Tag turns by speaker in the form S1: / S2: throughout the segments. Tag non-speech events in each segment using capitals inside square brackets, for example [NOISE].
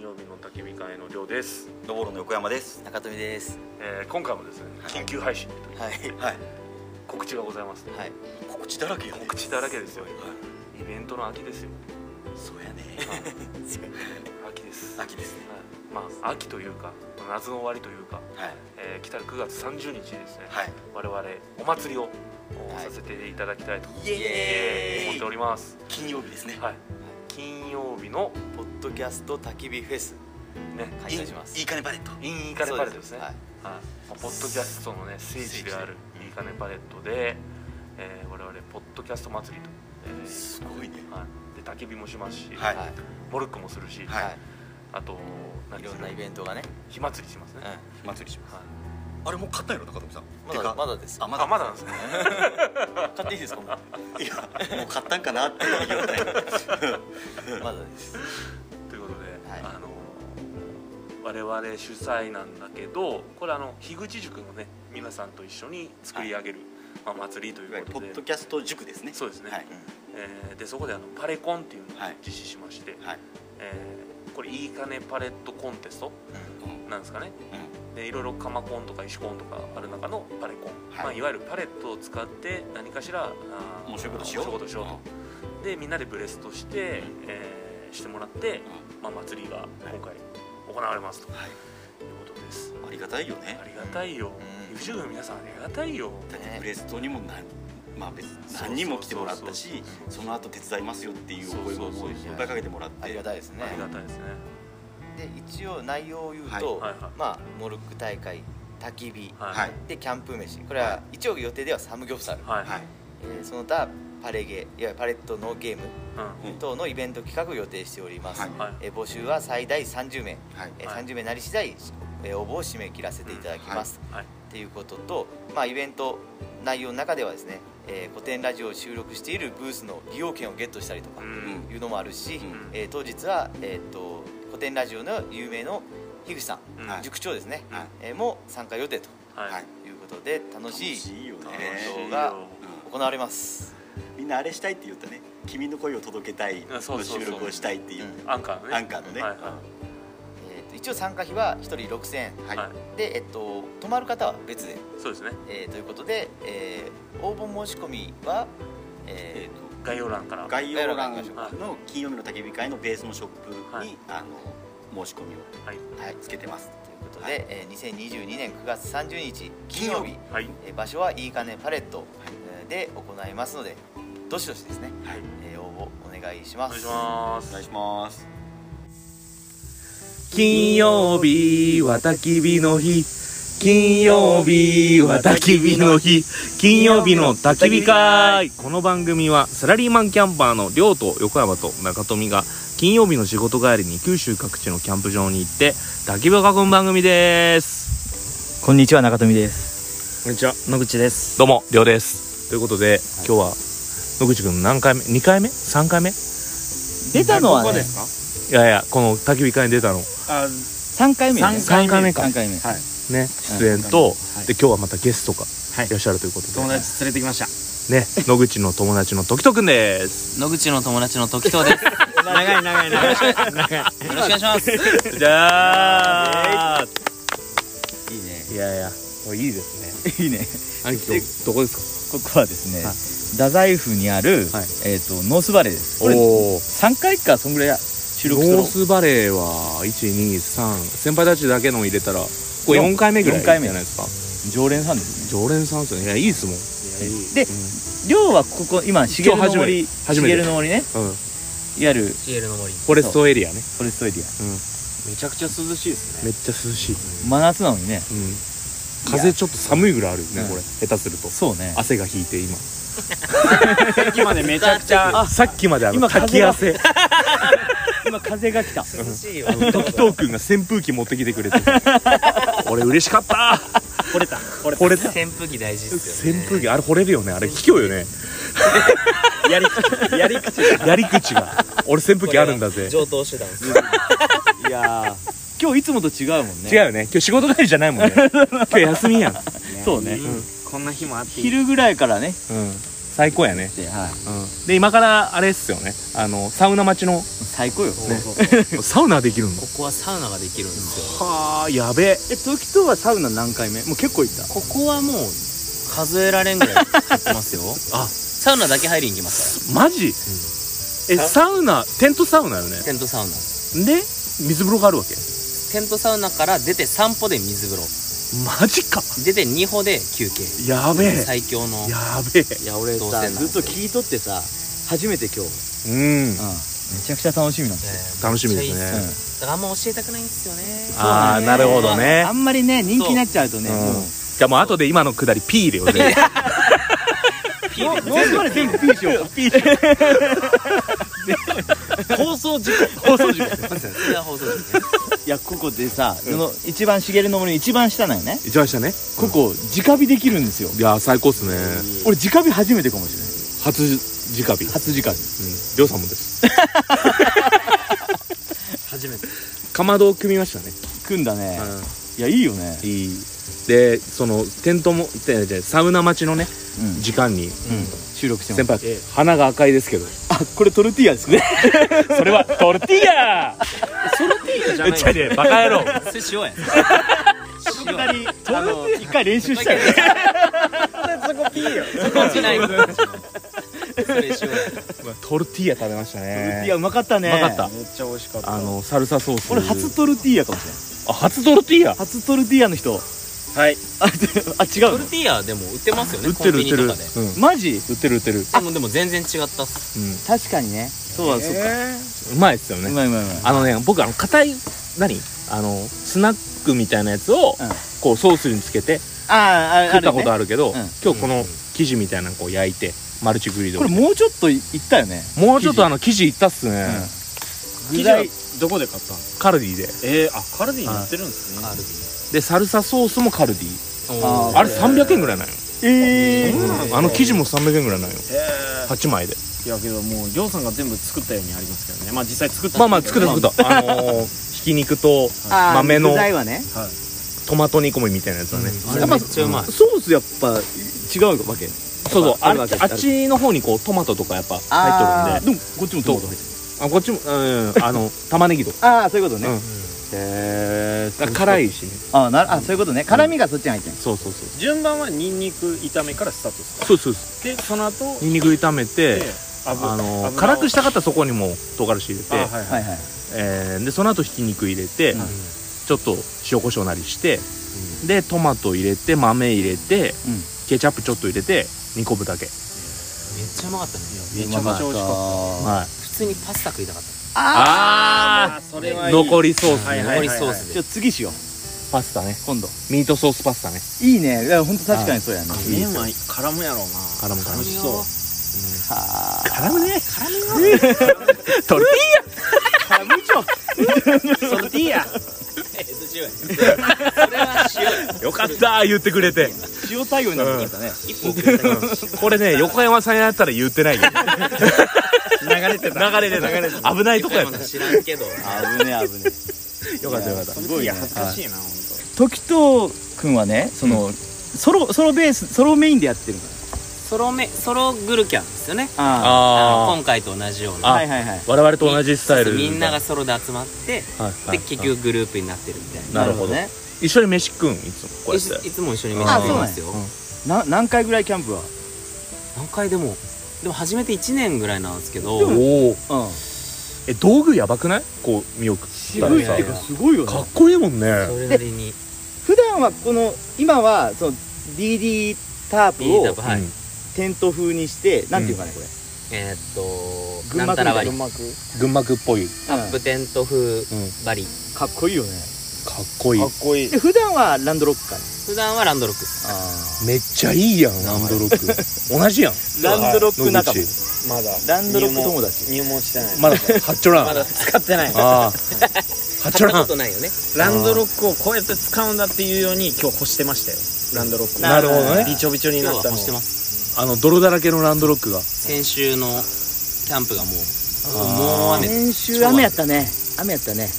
S1: 曜日の焚き火会の寮です、
S2: ドボルの横山です。
S3: 中富です。
S1: えー今回もですね緊急配信という
S3: は
S2: は
S3: い。
S2: い。
S1: 告知がございます、
S3: はい。
S2: 告知だらけよ、ね。
S1: 告知だらけですよ
S2: はい。
S1: イベントの秋ですよ
S2: そうやね。
S1: 秋です、はい
S2: 秋ですね。
S1: まあ秋というか夏の終わりというか、
S2: はい。
S1: えー来たる9月30日にですね、
S2: はい。
S1: 我々お祭りを
S3: はい
S1: させていただきたいと
S2: イエーイ
S1: 思っております、
S2: 金曜日ですね。
S1: はい、金曜日の
S3: ポッドキャスト焚き火フェス
S1: ね
S3: 開
S2: い
S3: 催します。
S2: いいかねパレット。
S1: インイカネパレードですね
S3: はい。
S1: はいまあ、ポッドキャストのね聖地である
S2: 聖地
S1: いいかねパレットで、えー我々ポッドキャスト祭りと、えー
S2: すごいね。
S1: はい、で焚き火もしますし、
S2: はい
S3: はい。
S1: モルックもするし、
S2: はい
S1: あと
S3: い。
S1: 何
S3: い
S1: で
S3: ろ
S1: す
S3: ん
S1: か
S3: なイベントがね。
S1: 火祭りしますね、はい
S3: うん。
S2: 祭りします。あれもう買ったんやろ中富さん。
S3: まだま
S2: だ。
S3: だです。
S2: あまだ。
S1: あまだなんですね
S3: 買っていいですか。もう
S2: いやもう買ったんかなっていう
S3: [LAUGHS]
S2: 状態。
S3: まだです。
S1: ということで、
S3: はい
S1: あの我々主催なんだけどこれあの樋口塾のね皆さんと一緒に作り上げる、まあ、祭りとい
S2: いわゆ
S1: うこ
S2: る
S1: と
S2: ポ
S1: で
S2: ッドキャスト塾ですね。
S1: そうですね
S2: はい。
S1: えーでそこであのパレコンっていうのを
S2: はい
S1: 実施しまして、
S2: はい。
S1: えーこれいいかねパレットコンテスト
S2: うん
S1: なんですかね
S2: う
S1: でいろいろカマコンとか石コンとかある中のパレコン、い
S2: はい
S1: まあ、いわゆるパレットを使って何かしらあー
S2: 面白いことしよう
S1: 面白いことしようと、でみんなでブレストして、えーしてもらって、まあ、祭りが今回行われますとい
S2: んはいう
S1: ことです、
S2: ありがたいよね
S1: あ。りがたいよ
S3: うん
S1: YouTube の皆さんありがたいよ
S2: だって
S3: ね
S2: ブレストにも何まあ別に
S1: そう
S2: 何人も来てもらったし
S1: そう
S2: その後手伝いますよっていうお声も
S1: そうそうそう
S2: もういっぱいかけてもらって
S3: ありがたいですね
S1: あ。りがたいですね
S3: で一応内容を言うと、
S1: はいはいはい
S3: まあモルック大会焚き火、
S2: はい
S3: でキャンプ飯これは一応予定ではサムギョプサル、
S1: はい、
S2: はい
S3: えーその他パレゲいわゆるパレットのゲーム
S1: う
S3: 等のイベント企画を予定しております、
S2: はい
S1: んはい
S3: えー募集は最大30名、
S2: はい
S3: えー
S1: はい
S3: 30名なり次第、えー応募を締め切らせていただきます、
S1: はい
S3: っていうことと、まあ、イベント内容の中ではですね、えー古典ラジオを収録しているブースの利用券をゲットしたりとか
S1: うん
S2: ん
S3: いうのもあるし、
S2: うん
S3: えー当日は、えー、と古典ラジオの有名の樋口さん、
S1: うん
S2: はい
S3: 塾長ですね、
S2: はい
S3: えーも参加予定と
S1: はい
S2: はい
S3: いうことで楽しい
S2: 楽しいよね
S3: 動画が行われます、
S2: みんなあれしたいって言ったね君の声を届けたい
S1: あそう
S2: の
S1: そうそう
S2: 収録をしたいっていう
S3: うん
S1: アンカーのね
S2: アンカーのね
S1: はいは
S3: えーと一応参加費は1人6000円
S2: はいい
S1: は
S2: はい
S3: で、えっと泊まる方は別で、
S1: そうですね
S3: えーということで、えー応募申し込みは、
S2: え
S3: え
S2: ーと
S1: 概要欄から
S2: 概要欄
S1: はい
S2: の金曜日の焚き火会のベースのショップに、
S1: はい
S2: あの申し込みを
S1: はい
S3: ーはい、
S2: つけてます
S3: ということで、
S2: はい
S3: えー2022年9月30日金曜
S2: 金
S3: 日
S2: 曜
S1: はい
S3: えー場所はいいかねパレットえーで行いますのでどしどしですね、
S2: はい
S3: えー応募お願いし
S1: お
S3: ま
S1: 願い
S3: す
S1: しま
S2: お
S1: す
S2: 願いします
S4: 金曜日は焚き火の日金曜日は焚き火の日金曜日の焚き火会この番組はサラリーマンキャンパーの亮と横山と中富が金曜日の仕事帰りに九州各地のキャンプ場に行って焚き火を囲む番組です
S5: こんにちは中富です
S4: こんにちは
S5: 野口です
S4: どうも亮ですということで今日は野口くん何回目2回目3回目い
S5: 出たのは
S2: ここ
S5: ね
S2: です
S4: やいやこの焚き火会に出たの
S5: あ3回目ね
S4: 三回目か
S5: 三回目
S2: はい
S4: ね出演と、
S5: はい
S4: で今日はまたゲストが
S5: はい
S4: いらっしゃるということで、
S5: 友達連れてきました
S4: ね、野口の友達の時とくん
S2: [LAUGHS]
S4: です。
S3: 野口の友達の時藤ですよ
S5: [LAUGHS] 長い長い長い
S3: ろしくお願いします
S4: じゃあ、
S5: いいね
S4: いやいや、これいいですね。
S5: いいね
S4: 兄貴ど、どこです
S5: ここはですね太宰府にある
S4: はい
S5: えっとノースバレーです
S4: か。
S5: これ
S4: おお。
S5: 3回かそんぐらい収
S4: ノ
S5: 録した
S4: ー
S5: の
S4: スバレーは一二三、先輩たちだけの入れたら。これ
S5: 四
S4: 四回目ぐらい。
S5: 四回目
S4: じゃないですか。
S5: 常連さんですね
S4: 常連さんですよね。いや、いいですもん。
S5: で寮はここ今茂
S4: 今日
S5: の
S4: 初め
S5: 森
S4: て初めて
S5: 茂の森ね
S4: うん。フ
S5: いわゆるフ
S4: ォレストエリアね。
S5: ォレストエリア
S2: めちゃくちゃ涼しいです
S4: めっちゃ涼しい。
S5: 真夏なのにね
S4: うん。風ちょっと寒いぐらいあるよね
S5: う、ん
S4: これ。下手すると。
S5: そうね
S4: 汗が引いて今。
S5: 今ねめちゃくちゃ
S4: さっきまであの
S5: 今
S4: か
S5: 風
S4: き
S5: が
S4: 汗。
S5: 今風が来た
S4: 時藤君が扇風機持ってきてくれて [LAUGHS] 俺嬉しかった
S5: 惚れた惚れ
S4: 惚れた扇
S3: 扇風機大事
S4: 風機あれ惚れるよねあれ卑怯よね
S5: たやり口やり口
S4: やり口が俺扇風機あるんだぜ
S3: 上等手段
S4: [LAUGHS]
S5: いやー今日いつもと違うもんね
S4: 違うよね今日仕事帰りじゃないもんね [LAUGHS] 今日休みやん、うん、
S5: そうね、こんな日もあって昼ぐらいからね
S4: 最高やね、
S5: で、はい、
S4: うん、で今からあれっすよねあのサウナ待ちの
S5: 最高よ
S6: そうそうそう
S4: [LAUGHS] サウナできるんだ
S6: ここはサウナができるんですよ
S4: はあやべえ
S5: え時とはサウナ何回目もう結構行った
S6: ここはもう数えられんぐらい入ってますよ
S4: [LAUGHS] あ
S6: サウナだけ入りに行きますか
S4: マジ、えサウナテントサウナよね
S6: らテントサウナ
S4: で水風呂があるわけ
S6: テントサウナから出て散歩で水風呂
S4: マジか
S6: 出て2歩で休憩
S4: やべえ
S6: 最強の
S4: やべえ
S5: いや俺
S6: どうせなら
S5: さずっと聞いとってさ初めて今日、
S4: う
S5: め
S4: ん
S5: ちゃくちゃ楽しみなんですよ
S4: 楽しみです
S6: めっ
S4: ね
S6: ちゃいいっすよだからあんま教えたくないんですよね
S4: ああなるほどね
S5: あんまりね人気になっちゃうとね
S4: うん
S5: もう
S4: じゃあもう後で今のくだり P でお願いしま
S5: よ4まで全部ピーしよう [LAUGHS] ピー [LAUGHS]
S6: 放送時間
S4: す放送事故 [LAUGHS]
S6: それは放送時間
S5: いやここでさ、その一番茂の森の一番下なんよね
S4: 一番下ね
S5: ここ直火できるんですよ
S4: いやー最高っすね
S5: 俺直火初めてかもしれない
S4: 初直火
S5: 初直火
S4: りょうさんもです
S6: 初めて
S4: かまどを組みましたね
S5: 組んだね、いやいいよね
S4: いいでそのテントもててサウナ待ちのね
S5: うん
S4: 時間に
S5: 収録してます
S4: 先輩花が赤いですけど
S5: あこれトルティーヤですね
S4: それはトルティーヤ
S6: じゃ
S4: えちゃいねバカ野郎
S6: それ塩やん塩やん
S5: 二人あの一回練習したよね
S6: そこ落ちないそれ塩やん
S4: トルティーヤ食べまし
S5: トルティ
S4: た
S5: ー
S4: ね
S5: ヤうまかったね
S4: うまかった
S6: めっちゃ美味しかっ
S4: あのサルサソース
S5: 俺初トルティーヤかもしれない
S4: あ初トルティーヤ
S5: 初トルティーヤの人
S2: はい
S5: あであ違
S6: ト
S5: う
S6: ル
S5: の
S6: ティーヤでも売ってますよね
S4: 売ってる売ってる
S6: コン
S4: うん
S6: ビニとか
S5: マジ
S4: 売ってる売ってる
S6: ででもでも全然違ったっす
S4: うん
S5: 確かにねそうだ、そうか
S4: うまいっすよ
S5: う
S4: ね
S5: まいうまいうまい
S4: あのね僕あの硬い何あのスナックみたいなやつ
S5: う
S4: を
S5: ん
S4: こうソースにつけて
S5: あああ
S4: 食ったこ
S5: あるね
S4: とあるけど
S5: うん
S4: 今日この生地みたいなのこう焼いてマルチグリル
S5: これ
S4: で
S5: もうちょっといいったよね
S4: もうちょっとあの生地いったっすね
S2: 生
S5: 具
S2: 地は
S5: 材
S2: どこで買ったの
S4: カルディで
S2: えー、あカルディに売ってるんですね
S6: カル
S4: でサルサソースもカルディ
S6: ビ
S5: あー
S4: あれ300円ぐらいなんよ
S5: ええ
S2: そうなん
S4: あの生地も300円ぐらいなんよ
S2: へ
S4: 8枚で
S2: えいやけどもうりょうさんが全部作ったようにありますけどねまあ実際作った
S4: まあまあ作った作
S2: っ
S4: ったあのーひき肉と
S5: あー
S4: 豆の
S5: 具材はね
S4: トマト煮込みみたいなやつだね
S6: あれめっちゃうまい
S5: ソースやっぱ違うわけ
S4: そうそうあ
S5: あ
S4: れ
S5: る
S4: あ
S5: わけ
S4: っちの方にこうトマトとかやっぱ
S5: あ
S4: 入っとるんで
S5: でもこっちもトマト入ってる
S4: あこっちもうんあ [LAUGHS] の玉ねぎとか
S5: ああそういうことね、
S4: うん
S5: へえ
S4: だから辛いしね
S5: あーなるあそういうことね辛みがそっちに入ってん
S4: そうそうそう
S2: た順番はニンニク炒めからスタートですか
S4: そうそうそ
S2: でその後
S4: うにんにく炒めて
S2: で油
S4: あの
S2: 油を
S4: ー辛くしたかったらそこにも唐辛子入れ
S2: あ
S4: て、
S2: はいはい、
S5: いはい
S4: えーでその後ひき肉入れて、
S5: うん
S4: ちょっと塩コショウなりして、でトマト入れて豆入れ
S5: う
S4: て、
S5: ん
S4: ケチャップちょっと入れて煮込むだ
S6: めっ
S4: け、
S6: ちゃうまかったね
S2: めちゃめちゃ美味しかっ
S4: はい
S6: 普通にパスタ食いたかった
S4: あ
S2: たそ
S6: れ
S4: ー残りソース、
S2: はいは
S6: 残
S2: い
S6: りソース
S5: じ
S6: で
S5: ゃあ次しよう
S4: パスタね
S5: 今度
S4: ミートソースパスタね
S5: いいねいや本当確かにそうやね
S2: 麺は絡むやろうな
S4: 絡む絡
S2: 美
S4: む
S2: 味しそう
S5: はあ
S4: 絡むね
S6: 辛みが
S4: トルテ
S6: [LAUGHS]
S2: ソルティ
S6: 塩
S2: ーヤ
S6: やんそれは塩やん
S4: ィーヤよかったー言ってくれて
S5: 塩対応になってきたね
S6: 一歩遅れた
S4: これね横山さんやったら言ってないけど流れてた流れてた危ないとこやった
S6: 知らんけど
S5: 危ね危ね
S4: よかったよかった
S2: すごい
S5: すごいね
S2: 恥ずかしいな本
S5: 時藤君はねその、ソロソロベースソロメインでやってるか
S6: ソロめソログルキャンですよね
S5: らあ
S6: あの
S4: あ
S6: 今回と同じよう
S4: あ
S6: な
S5: はいはいはい
S4: 我々と同じスタイル
S6: みんながソロで集まって
S4: はいは
S6: で
S4: い
S6: 結局グループになってるみたいな
S4: なるほど
S5: ね
S4: 一緒に飯食うんいつもこうやっ
S6: い
S4: て
S6: いつも一緒に飯食いますよ
S4: あそうなん
S5: な
S4: や
S5: 何回ぐらいキャンプは
S6: 何回でもでも始めて1年ぐらいなんですけど
S4: おお
S5: うん
S4: え道具やばくないこう見送った
S6: 渋
S4: ら
S6: い
S4: さ
S6: っていう
S4: か
S6: か
S5: すごいよ
S4: っこいいもんね
S6: それなりに
S5: 普段はこの今はその DD タープ
S6: B ダ
S5: を
S6: ブはい
S4: うん
S5: テント風にしてなんていうかねこれ
S6: えーっと
S5: 群
S6: な
S5: 馬
S6: んたら
S5: 県
S6: 割
S5: で
S6: り
S4: 群馬区っぽい
S6: アップテント風割り
S5: かっこいいよね
S4: かっこいい
S2: 当かっこいい
S5: で普段はランドロックか
S6: 普段はランドロックです
S5: あ
S4: めっちゃいいやんランドロック同 [LAUGHS] じやん
S5: ランドロック仲間
S4: 野口
S2: まだ
S5: ランドロック友達
S2: 入門してない
S4: まだハッチョラン
S2: まだ使ってない
S4: ああハッチ
S6: 買っ
S4: ョ
S6: た
S4: ラ
S6: こ
S4: ン
S6: とないよね
S2: ランドロックをこうやって使うんだっていうように今日干してましたよランドロックを
S4: なるほどね
S2: びちょびちょに
S6: 今
S2: な
S6: 日
S2: っ
S6: は
S2: た
S6: 干
S2: の
S6: してます
S4: [LAUGHS] あの泥だらけのランドロックが
S6: 先週のキャンプがもう
S4: あー
S6: もう雨
S5: 先週雨やったね雨やったね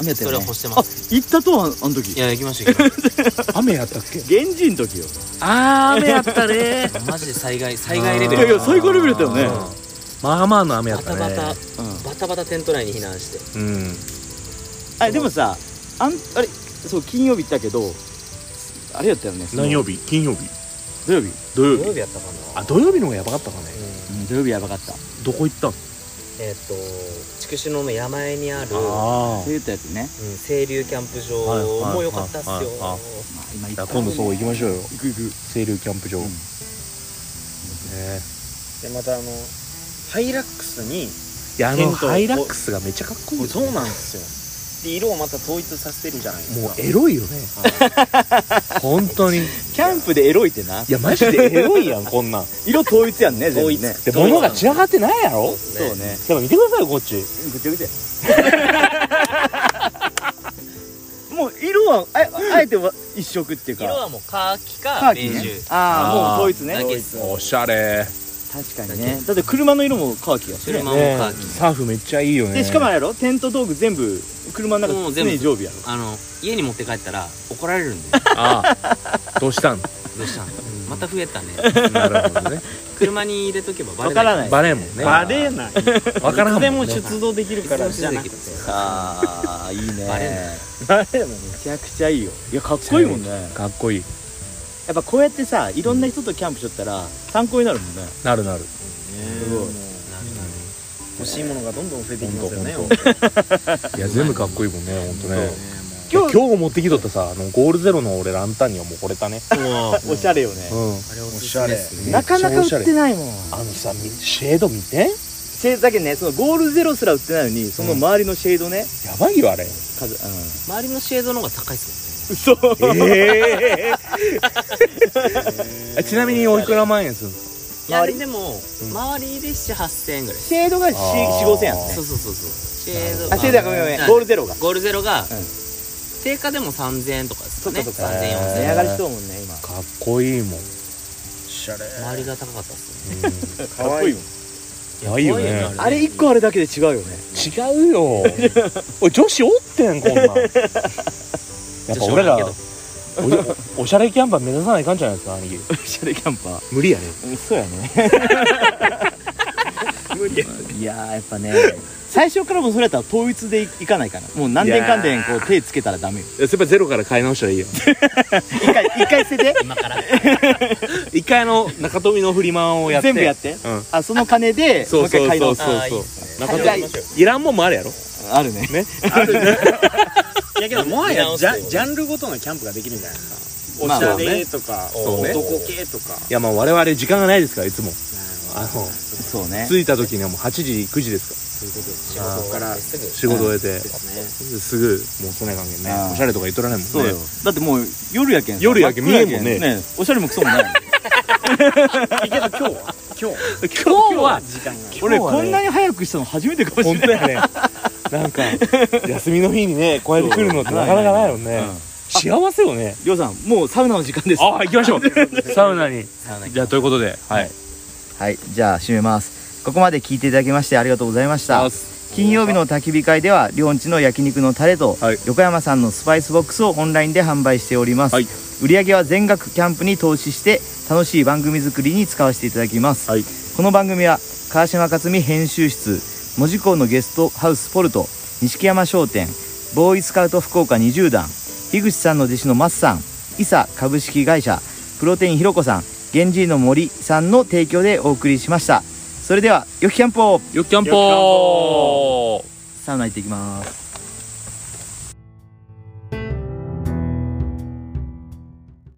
S5: 雨やっ
S6: そ
S5: たよ
S6: れ
S5: ね
S6: は干してま
S5: あ
S6: す
S5: 行ったとはあの時
S6: いや行きました行きまし
S4: [LAUGHS] 雨やったっけ
S5: 源氏の時よ
S4: ああ雨やったね
S6: たマジで災害災害レベ
S5: いやい
S6: ル
S5: や最高レベルだったよね
S4: あーまあまあの雨や
S6: バ
S4: った
S6: タバ
S4: ね
S6: タバタバタテント内に避難して
S4: うん
S5: あれでもさあんあれそう金曜日行ったけどあれやったよねその
S4: 何曜日金曜日
S5: 土曜日、
S4: 土曜
S6: 土
S4: 日
S6: 曜日やったかな
S4: あ土曜日の方がやばかったかね
S6: うん
S5: うん、土曜日やばかったそ
S4: どこ行ったの
S6: えっと筑紫野の山あいにある
S4: あ
S5: ういったやつね、
S6: うん清流キャンプ
S4: はいはいはい
S6: 場も良かったっすよ
S4: はいはい
S5: まあ、今行っ
S4: じゃ
S5: た
S4: あ今度そう行きましょうよ
S5: 行く行く
S4: 清流キャンプ場、
S5: うん
S4: ね
S2: でまたあのハイラックスに
S4: いやあ
S2: テン
S4: の
S2: ト
S4: ハイラックスがめっちゃかっこいいよね
S2: そうなんですよで色をまた統一させてるじゃないですか
S4: もうエロいよね本当 [LAUGHS] にい
S5: キャンプでエロいってな
S4: やマジでエロいやんこ [LAUGHS] んなん
S5: 色統一やんね全部
S2: 統
S5: ね
S2: 一
S4: で物が散らかってないやろ
S5: そうね
S4: でも見てくださいよこっち
S5: ぐちゃぐちゃもう色はああえては一色っていうか
S6: 色はもうカーキ
S5: カ
S6: か
S5: ーキ
S6: ベージ
S5: ね
S6: ュ
S5: ああ
S4: あー
S5: もう統一ね
S6: だけっす
S4: おしゃれ
S5: 確かにねだって車の色もカーキやしね
S6: 車もカ
S4: ね
S6: ーキ
S4: サーフめっちゃいいよね
S5: でしかもあれやろテント道具全部車の
S6: もう
S5: 中常
S6: 全部
S5: に常備やろ
S6: あの家に持って帰ったら怒られるんで
S4: ああどうしたん
S6: どうしたのまた増えたね
S4: [LAUGHS] なるほどね
S6: 車に入れとけばバレ
S5: わからない
S4: バレんもんね
S2: バレない
S4: わからんもん
S2: で
S4: ね
S2: も出動できる
S6: い
S2: か
S6: つ
S2: ら
S6: もすぐできる
S5: ああいいね
S6: バレな
S2: バレない
S5: めちゃくちゃいいよいやかっこいいもんねや
S4: かっこいい
S5: っぱこうやってさいろんな人とキャンプしとったら参考になるもんね
S4: なるなる
S5: すごい
S6: なるなる
S2: 欲しいものがどんどん増えていきますよね
S4: ほんいや全部かっこいいもんね本当ね
S5: 今
S4: 今
S5: 日
S4: 日持ってきとったさあのゴールゼロの俺ランタンにはもう惚れたね
S5: おしゃれよね
S4: うん
S6: あれおすすめですね
S5: なかなか売ってないもん
S4: あのさみシェード見て
S5: シェードだけねそのゴールゼロすら売ってないのにその周りのシェードね
S4: やばいよあれ
S5: 数うん
S6: 周りのシェードの方が高いっす
S5: 嘘
S4: ええちなみにおいくら万円するんです
S6: もんねいや
S5: 周り
S6: でも周りで70008000円ぐらい
S5: シェードが
S4: あー
S5: 45000やんね
S6: そうそうそうそうシェード
S5: あシェードがごめんごめ
S6: うん
S5: んゴールゼロが
S6: ゴールゼロが、
S5: ん
S6: 定価でも3000円とかですか
S5: そっ
S6: ね
S5: かそっか
S6: 3000円
S4: え
S5: 値
S6: 4000円
S5: 上がりしとうもんね今
S4: かかっこいいもん
S6: 周りが高かったっすね
S5: かっこいいもん
S4: やばいよね
S5: あれ1個あるだけで違うよね
S4: 違う [LAUGHS] よおい女子おってんこん [LAUGHS] なんやっぱ俺ら
S6: 女
S4: おじゃおしゃれキャンパー目指さないかんじゃないですか兄貴
S5: おしゃれキャンパー
S4: [LAUGHS] 無理やね
S5: そう
S6: [LAUGHS]
S5: やねいやーやっぱね最初からもうそれやったら統一でいいかないかなもう何点かん点こう手つけたらダメよ
S4: やっぱゼロから買い直したらいいよ
S5: 一回一回捨てて
S6: 今から
S4: 一回あの中富のフリマをやって
S5: 全部やって
S4: うん
S5: あその金で
S4: そうそう
S5: もう一回買い
S4: そ
S5: 直
S4: うそう
S6: あーいいっ
S4: そう
S6: す
S4: 中
S5: はい
S4: 富いらんもんもあるやろ
S5: すあるね
S2: いやけどもはや
S6: 見直す
S2: ジ
S6: よ
S2: ャジャンルごとのキャンプができるんじゃないですかお
S5: まあ
S2: しゃれとか、
S4: そうね
S2: 男系とか、
S4: いやまあ我々時間がないですからいつもあの
S5: そうね
S4: 着いた時にはもう8時9時です
S2: そう
S4: か
S2: いうことです仕事からです
S6: すぐ
S4: 仕事終えて
S2: ね
S4: すぐもうそんな関係
S5: あ
S4: ね
S5: ー
S4: おしゃれとか言っとらないもんね
S5: そうよだってもう夜やけんさ
S4: 夜やけん
S5: 真っ暗
S4: 見えんもんね
S5: おしゃれもク
S2: [LAUGHS]
S5: ソもないもん
S2: 今日
S4: 今日は
S2: 時間が
S5: 俺
S4: 今日はね
S5: こんなに早くしたの初めてかもし
S4: 本
S5: れ
S4: 当
S5: ない
S4: やねなんか休みの日にねこうやって来るのってなかなかないよね
S5: うん
S4: 幸せよね
S5: りょうさんもうサウナの時間です
S4: ああ行きましょう [LAUGHS] サウナに
S6: サウナ行
S4: じゃあということではい
S5: はい、じゃあ締めます。ここまで聞いていただきましてありがとうございました
S4: あ。
S5: 金曜日の焚き火会では、りょんちの焼肉のタレと、
S4: はい
S5: 横山さんのスパイスボックスをオンラインで販売しております。
S4: はい
S5: 売り上げは全額キャンプに投資して、楽しい番組作りに使わせていただきます。
S4: はい
S5: この番組は、川島克美編集室、門司港のゲストハウスポルト、錦山商店、ボーイスカウト福岡20段、樋口さんの弟子のマッさん、イサ株式会社、プロテインひろこさん、源氏の森さんの提供でお送りしました。それでは、よきキャンプを
S4: よっキャンポー
S5: サウナ行ってきます。